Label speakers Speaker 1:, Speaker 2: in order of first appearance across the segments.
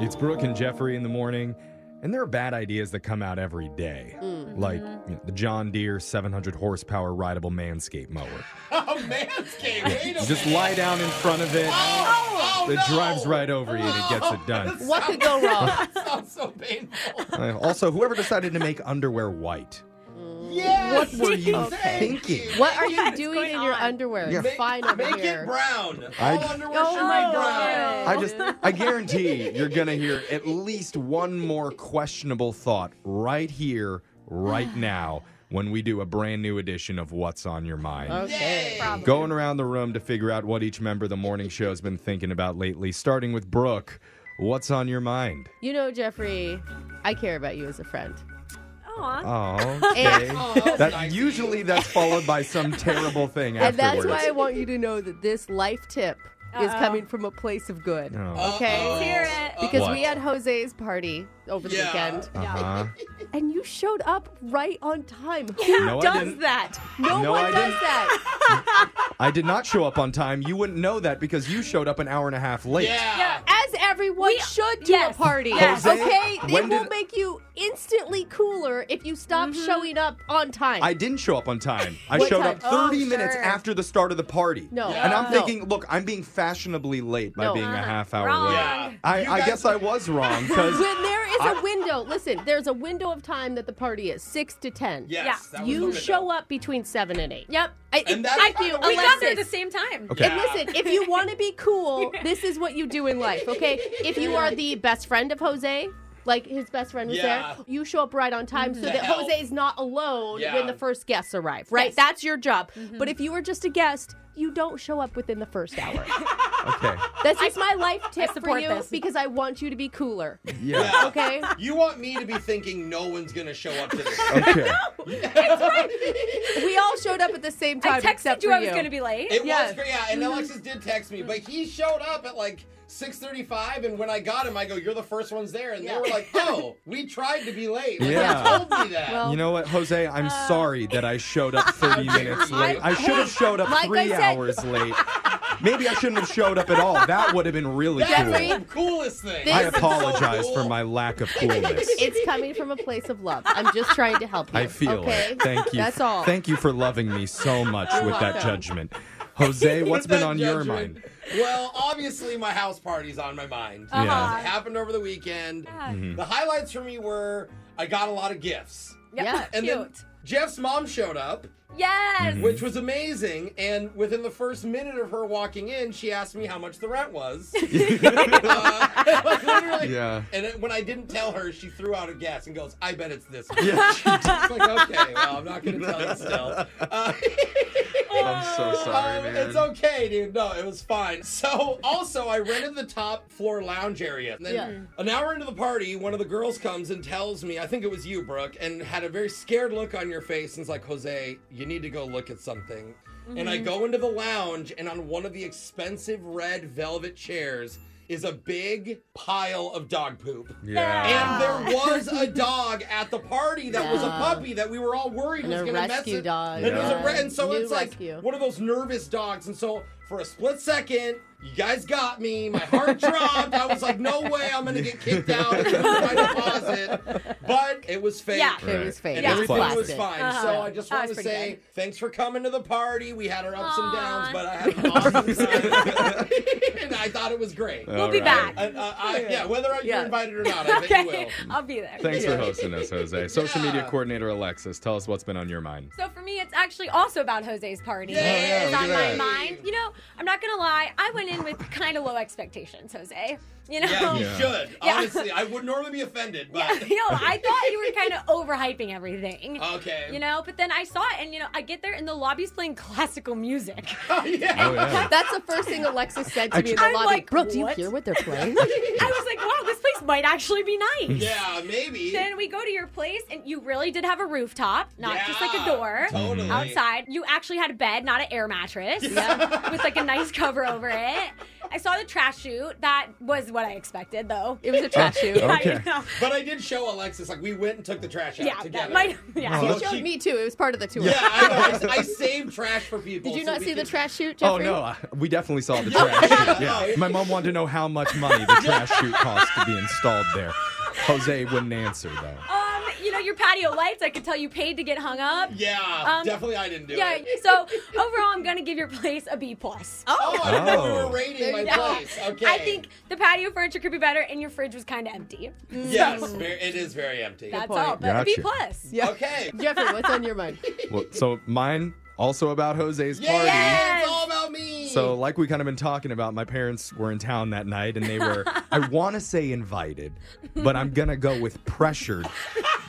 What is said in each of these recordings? Speaker 1: It's Brooke and Jeffrey in the morning, and there are bad ideas that come out every day, like you know, the John Deere 700 horsepower rideable manscape mower.
Speaker 2: Oh, Manscaped. Wait a
Speaker 1: You just lie down in front of it.
Speaker 2: Oh, oh,
Speaker 1: It
Speaker 2: no.
Speaker 1: drives right over you and it gets it done.
Speaker 3: What could go wrong?
Speaker 2: That sounds so painful.
Speaker 1: Uh, Also, whoever decided to make underwear white.
Speaker 2: Yes.
Speaker 1: What were you
Speaker 2: Thank
Speaker 1: thinking?
Speaker 2: you.
Speaker 3: What are you
Speaker 4: What is
Speaker 3: doing
Speaker 4: going
Speaker 3: in your
Speaker 4: on?
Speaker 3: underwear?
Speaker 1: Yeah.
Speaker 3: It's fine over
Speaker 2: Make
Speaker 3: here.
Speaker 2: it brown.
Speaker 1: I-
Speaker 2: All underwear
Speaker 3: Oh
Speaker 2: should
Speaker 3: my
Speaker 2: be brown.
Speaker 3: God.
Speaker 1: I just, I guarantee you're going to hear at least one more questionable thought right here, right now, when we do a brand new edition of What's on Your Mind.
Speaker 3: Okay.
Speaker 2: Yay.
Speaker 4: Probably.
Speaker 1: Going around the room to figure out what each member of the morning show has been thinking about lately, starting with Brooke. What's on your mind?
Speaker 3: You know, Jeffrey, I care about you as a friend.
Speaker 4: Aw.
Speaker 1: Oh, okay.
Speaker 2: that's
Speaker 1: that,
Speaker 2: nice.
Speaker 1: Usually that's followed by some terrible thing
Speaker 3: And
Speaker 1: afterwards.
Speaker 3: that's why I want you to know that this life tip is
Speaker 4: Uh-oh.
Speaker 3: coming from a place of good.
Speaker 1: Oh,
Speaker 3: Okay?
Speaker 4: Hear it.
Speaker 3: Because
Speaker 1: What?
Speaker 3: we had Jose's party over the
Speaker 2: Yeah.
Speaker 3: weekend,
Speaker 1: uh-huh.
Speaker 3: and you showed up right on time. Who
Speaker 1: No, I
Speaker 3: does
Speaker 1: didn't.
Speaker 3: that? No,
Speaker 1: No,
Speaker 3: one
Speaker 1: I
Speaker 3: does
Speaker 1: didn't.
Speaker 3: that.
Speaker 1: I did not show up on time. You wouldn't know that because you showed up an hour and a half late.
Speaker 2: Yeah.
Speaker 4: Yeah.
Speaker 3: As everyone
Speaker 4: We-
Speaker 3: should to
Speaker 4: yes.
Speaker 3: a party.
Speaker 4: Yes.
Speaker 1: Jose,
Speaker 3: Okay?
Speaker 1: when
Speaker 3: It will
Speaker 1: did-
Speaker 3: make you instantly cooler if you stop showing up on time.
Speaker 1: I didn't show up on time. I
Speaker 3: What
Speaker 1: showed
Speaker 3: time?
Speaker 1: up 30
Speaker 4: Oh,
Speaker 1: minutes
Speaker 4: sure.
Speaker 1: after the start of the party.
Speaker 3: No.
Speaker 1: And I'm
Speaker 3: No.
Speaker 1: thinking, look, I'm being fashionably late by
Speaker 3: No.
Speaker 1: being a
Speaker 4: Uh-huh.
Speaker 1: half hour
Speaker 4: Wrong.
Speaker 1: late.
Speaker 2: Yeah.
Speaker 1: I,
Speaker 2: You
Speaker 1: I
Speaker 2: guys-
Speaker 1: guess I was wrong because
Speaker 3: when there is
Speaker 1: I-
Speaker 3: a window, listen, there's a window of time that the party is six to ten.
Speaker 2: Yes.
Speaker 4: Yeah.
Speaker 2: that was the
Speaker 3: You
Speaker 2: window.
Speaker 3: show up between seven and eight.
Speaker 4: Yep.
Speaker 3: I,
Speaker 2: And that's-
Speaker 3: thank you,
Speaker 4: We got there at the
Speaker 3: Alexis.
Speaker 4: same time.
Speaker 1: Okay.
Speaker 3: And listen, if you want to be cool, this is what you do in life, okay? If you are the best friend of Jose, like his best friend was
Speaker 2: Yeah.
Speaker 3: there, you show up right on time so
Speaker 2: To
Speaker 3: that
Speaker 2: help.
Speaker 3: Jose is not alone
Speaker 2: Yeah.
Speaker 3: when the first guests arrive, right?
Speaker 4: Yes. Mm-hmm.
Speaker 3: That's your job. But if you were just a guest, you don't show up within the first hour.
Speaker 1: okay.
Speaker 3: That's just my life tip for
Speaker 4: support
Speaker 3: you
Speaker 4: this.
Speaker 3: because I want you to be cooler,
Speaker 1: Yeah.
Speaker 2: Yeah.
Speaker 3: okay?
Speaker 2: You want me to be thinking no one's going to show up to this.
Speaker 1: Okay.
Speaker 3: We all showed up at the same time.
Speaker 4: I texted
Speaker 3: except
Speaker 4: you
Speaker 3: for
Speaker 4: I was going to be late.
Speaker 2: It
Speaker 3: Yes. Mm-hmm.
Speaker 2: was great. Yeah, and Alexis did text me, but he showed up at like 6:35, and when I got him, I go, "You're the first ones there," and
Speaker 3: Yeah.
Speaker 2: they were like, "Oh, we tried to be late. Like, they
Speaker 1: Yeah.
Speaker 2: told me that."
Speaker 3: Well-
Speaker 1: You know what, Jose? I'm sorry that I showed up 30 minutes late. I should have showed up
Speaker 3: like I
Speaker 1: three
Speaker 3: said-
Speaker 1: hours late. Maybe I shouldn't have showed up at all. That would have been really
Speaker 2: That's
Speaker 1: cool.
Speaker 2: the coolest thing.
Speaker 3: This-
Speaker 1: I
Speaker 3: is so
Speaker 1: apologize
Speaker 2: cool.
Speaker 1: for my lack of coolness.
Speaker 3: It's coming from a place of love. I'm just trying to help you.
Speaker 1: I feel
Speaker 3: okay?
Speaker 1: it. Thank you.
Speaker 3: That's all.
Speaker 1: Thank you for loving me so much with that
Speaker 3: welcome.
Speaker 1: judgment. Jose, what's been
Speaker 2: That
Speaker 1: on your
Speaker 2: judgment.
Speaker 1: mind?
Speaker 2: Well, obviously, my house party's on my mind.
Speaker 3: Uh-huh.
Speaker 1: Yeah.
Speaker 2: It happened over the weekend.
Speaker 4: Yeah.
Speaker 2: The highlights for me were I got a lot of gifts.
Speaker 3: Yeah.
Speaker 2: And then
Speaker 4: Cute.
Speaker 2: Jeff's mom showed up,
Speaker 4: Yes.
Speaker 1: Mm-hmm.
Speaker 2: which was amazing. And within the first minute of her walking in, she asked me how much the rent was. Uh, like, literally.
Speaker 1: Yeah.
Speaker 2: And it, when I didn't tell her, she threw out a guess and goes, "I bet it's this." much."
Speaker 1: Yeah, she did.
Speaker 2: It's like, okay, well, I'm not going to tell you still. Uh,
Speaker 1: I'm so sorry,
Speaker 3: Oh,
Speaker 2: um,
Speaker 1: man.
Speaker 2: It's okay, dude. No, it was fine. So, also, I rented the top floor lounge area. And then
Speaker 3: Yeah.
Speaker 2: an hour into the party, one of the girls comes and tells me, I think it was you, Brooke, and had a very scared look on your face and is like, Jose, you need to go look at something. And I go into the lounge, and on one of the expensive red velvet chairs is a big pile of dog poop.
Speaker 1: Yeah.
Speaker 2: And there was a dog at the party that was a
Speaker 3: Ah. Yeah.
Speaker 2: puppy that we were all worried
Speaker 3: And
Speaker 2: was
Speaker 3: a
Speaker 2: going to mess
Speaker 3: rescue
Speaker 2: it.
Speaker 3: dog.
Speaker 2: And, it was a
Speaker 1: Yeah.
Speaker 2: re- and so
Speaker 3: New
Speaker 2: it's like
Speaker 3: rescue.
Speaker 2: one of those nervous dogs. And so for a split second, you guys got me. My heart dropped. I was like, no way, I'm going to get kicked out and lose my deposit. But it was fake.
Speaker 4: Yeah.
Speaker 3: It was fake.
Speaker 2: And
Speaker 3: It was
Speaker 2: everything was
Speaker 3: plastic.
Speaker 2: fine.
Speaker 4: Uh-huh.
Speaker 2: So I just
Speaker 4: That
Speaker 2: want to
Speaker 4: was pretty
Speaker 2: say thanks for coming to the party. We had our ups and downs,
Speaker 4: Aw.
Speaker 2: but I had an awesome time. and I thought it was great.
Speaker 4: We'll be
Speaker 1: All right.
Speaker 4: back.
Speaker 2: And, uh, I, yeah, whether you're
Speaker 3: Yeah.
Speaker 2: invited or not, I bet you will.
Speaker 4: I'll be there.
Speaker 1: Thanks for hosting us, Jose. Social media
Speaker 2: Yeah.
Speaker 1: coordinator Alexis, tell us what's been on your mind.
Speaker 4: So for me, it's actually also about Jose's party.
Speaker 2: Yay! Oh, yeah,
Speaker 4: it's
Speaker 2: look
Speaker 4: on
Speaker 2: at
Speaker 4: my
Speaker 2: that.
Speaker 4: mind. You know, I'm not gonna lie. I went in with kind of low expectations, Jose. You know.
Speaker 2: Yeah, you
Speaker 1: Yeah.
Speaker 2: should.
Speaker 4: Yeah.
Speaker 2: Honestly, I would normally be offended, but
Speaker 4: Yeah, you know, I thought you were kind of overhyping everything.
Speaker 2: okay.
Speaker 4: You know, but then I saw it, and you know, I get there, and the lobby's playing classical music.
Speaker 2: Oh, yeah.
Speaker 1: Oh, yeah.
Speaker 3: That's the first thing Alexis said to me in the
Speaker 4: I'm
Speaker 3: lobby.
Speaker 4: like,
Speaker 3: Brooke, do you
Speaker 4: what?
Speaker 3: hear what they're playing?
Speaker 4: I was like, wow, this place might actually be nice.
Speaker 2: Yeah, maybe.
Speaker 4: Then we go to your place, and you really did have a rooftop, not just like a
Speaker 2: Yeah,
Speaker 4: door
Speaker 2: totally.
Speaker 4: outside. You actually had a bed, not an air mattress, with like a nice cover over it. I saw the trash shoot. That was what I expected, though.
Speaker 3: It was a trash shoot.
Speaker 1: okay.
Speaker 4: I know.
Speaker 2: But I did show Alexis, like, we went and took the trash out
Speaker 4: Yeah,
Speaker 2: together.
Speaker 4: that might. Yeah.
Speaker 1: Oh,
Speaker 3: You
Speaker 1: that's-
Speaker 3: showed
Speaker 2: she-
Speaker 3: me too. It was part of the tour.
Speaker 2: Yeah, I, know. I, I saved trash for people.
Speaker 3: Did you
Speaker 2: so
Speaker 3: not
Speaker 2: we
Speaker 3: see the
Speaker 2: could-
Speaker 3: trash shoot,
Speaker 1: Oh
Speaker 3: Jeffrey?
Speaker 1: no, I- we definitely saw the trash chute. Yeah.
Speaker 2: Oh.
Speaker 1: My mom wanted to know how much money the trash chute cost to be installed there. Jose wouldn't answer though.
Speaker 4: Um, you know your patio lights. I could tell you paid to get hung up.
Speaker 2: Yeah,
Speaker 4: Um,
Speaker 2: definitely I didn't do
Speaker 4: Yeah.
Speaker 2: it.
Speaker 4: So overall, I'm gonna give your place a B plus.
Speaker 2: Oh, I didn't know we
Speaker 1: Oh.
Speaker 2: were rating
Speaker 3: There
Speaker 2: my
Speaker 3: you go.
Speaker 2: place. Okay.
Speaker 4: I think the patio furniture could be better, and your fridge was kind of empty.
Speaker 2: Yes, ver- it is very empty.
Speaker 4: That's
Speaker 3: point.
Speaker 4: all. But a B
Speaker 1: Gotcha.
Speaker 4: plus.
Speaker 3: Yeah.
Speaker 2: Okay.
Speaker 3: Jeffrey, what's on your mind?
Speaker 1: Well, so mine also about Jose's
Speaker 2: Yeah,
Speaker 1: party.
Speaker 4: Yes.
Speaker 2: it's all about me.
Speaker 1: So, like we kind of been talking about, my parents were in town that night and they were, I want to say invited, but I'm going to go with pressured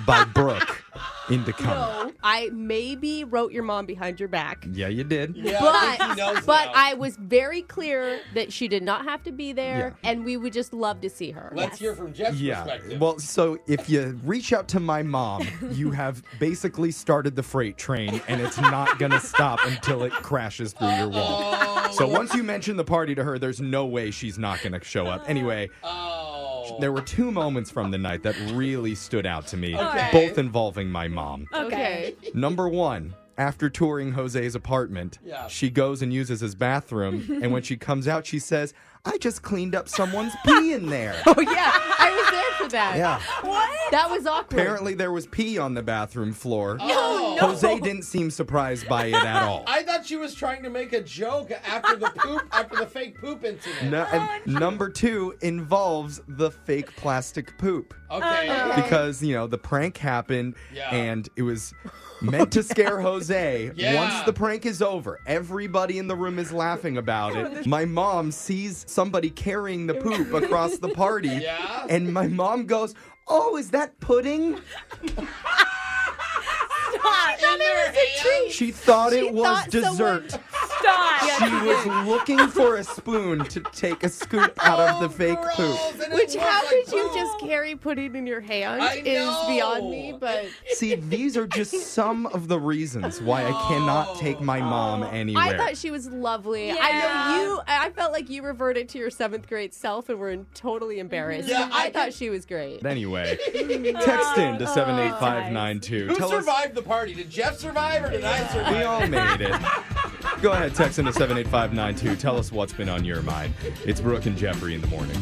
Speaker 1: by Brooke into coming.
Speaker 3: No, I maybe wrote your mom behind your back.
Speaker 1: Yeah, you did.
Speaker 2: yeah, I think he knows
Speaker 3: But but
Speaker 2: now.
Speaker 3: I was very clear that she did not have to be there, and we would just love to see her.
Speaker 2: Let's hear from Jeff's
Speaker 1: Yeah.
Speaker 2: perspective.
Speaker 1: Well, so if you reach out to my mom, you have basically started the freight train and it's not going to stop until it crashes through your wall.
Speaker 2: oh,
Speaker 1: So once you mention the party to her, there's no way she's not going to show up. Anyway,
Speaker 2: oh.
Speaker 1: there were two moments from the night that really stood out to me,
Speaker 2: Okay.
Speaker 1: both involving my mom.
Speaker 3: Okay.
Speaker 1: Number one, after touring Jose's apartment,
Speaker 2: Yeah.
Speaker 1: she goes and uses his bathroom. and when she comes out, she says, I just cleaned up someone's pee in there.
Speaker 3: Oh yeah, I was there for that.
Speaker 1: yeah.
Speaker 4: What?
Speaker 3: That was awkward.
Speaker 1: Apparently, there was pee on the bathroom floor.
Speaker 2: Oh.
Speaker 1: Jose didn't seem surprised by it at all.
Speaker 2: I thought she was trying to make a joke after the poop, after the fake poop incident.
Speaker 1: No, and number two involves the fake plastic poop.
Speaker 2: Okay.
Speaker 3: Uh-uh.
Speaker 1: because you know the prank happened
Speaker 2: Yeah.
Speaker 1: and it was meant to scare Jose.
Speaker 2: Yeah.
Speaker 1: Once the prank is over, everybody in the room is laughing about it. My mom sees somebody carrying the poop across the party,
Speaker 2: Yeah.
Speaker 1: and my mom goes, "Oh, is that pudding?"
Speaker 4: Stop.
Speaker 2: In their hand.
Speaker 1: She thought it was
Speaker 3: thought someone-
Speaker 1: dessert.
Speaker 4: Stop.
Speaker 1: She was looking for a spoon to take a scoop out of
Speaker 3: Oh,
Speaker 1: the fake poop.
Speaker 2: Gross, and it
Speaker 3: Which
Speaker 2: looked
Speaker 3: how
Speaker 2: like
Speaker 3: did you
Speaker 2: poop.
Speaker 3: just carry pudding in your hand
Speaker 2: Oh I
Speaker 3: is beyond
Speaker 2: know.
Speaker 3: me, but
Speaker 1: See, these are just some of the reasons why I cannot take my mom anywhere.
Speaker 3: Oh. I thought she was lovely. I
Speaker 4: Yeah.
Speaker 3: know you. I I felt like you reverted to your seventh grade self and were in- totally embarrassed.
Speaker 2: Yeah,
Speaker 3: I,
Speaker 2: I
Speaker 3: thought she was great.
Speaker 1: But anyway, text in
Speaker 3: Oh,
Speaker 1: to 78592.
Speaker 2: Who
Speaker 1: Tell us
Speaker 2: survived the party? Did Jeff survive or did I survive?
Speaker 1: we all made it. Go ahead, text in to 78592. Tell us what's been on your mind. It's Brooke and Jeffrey in the morning.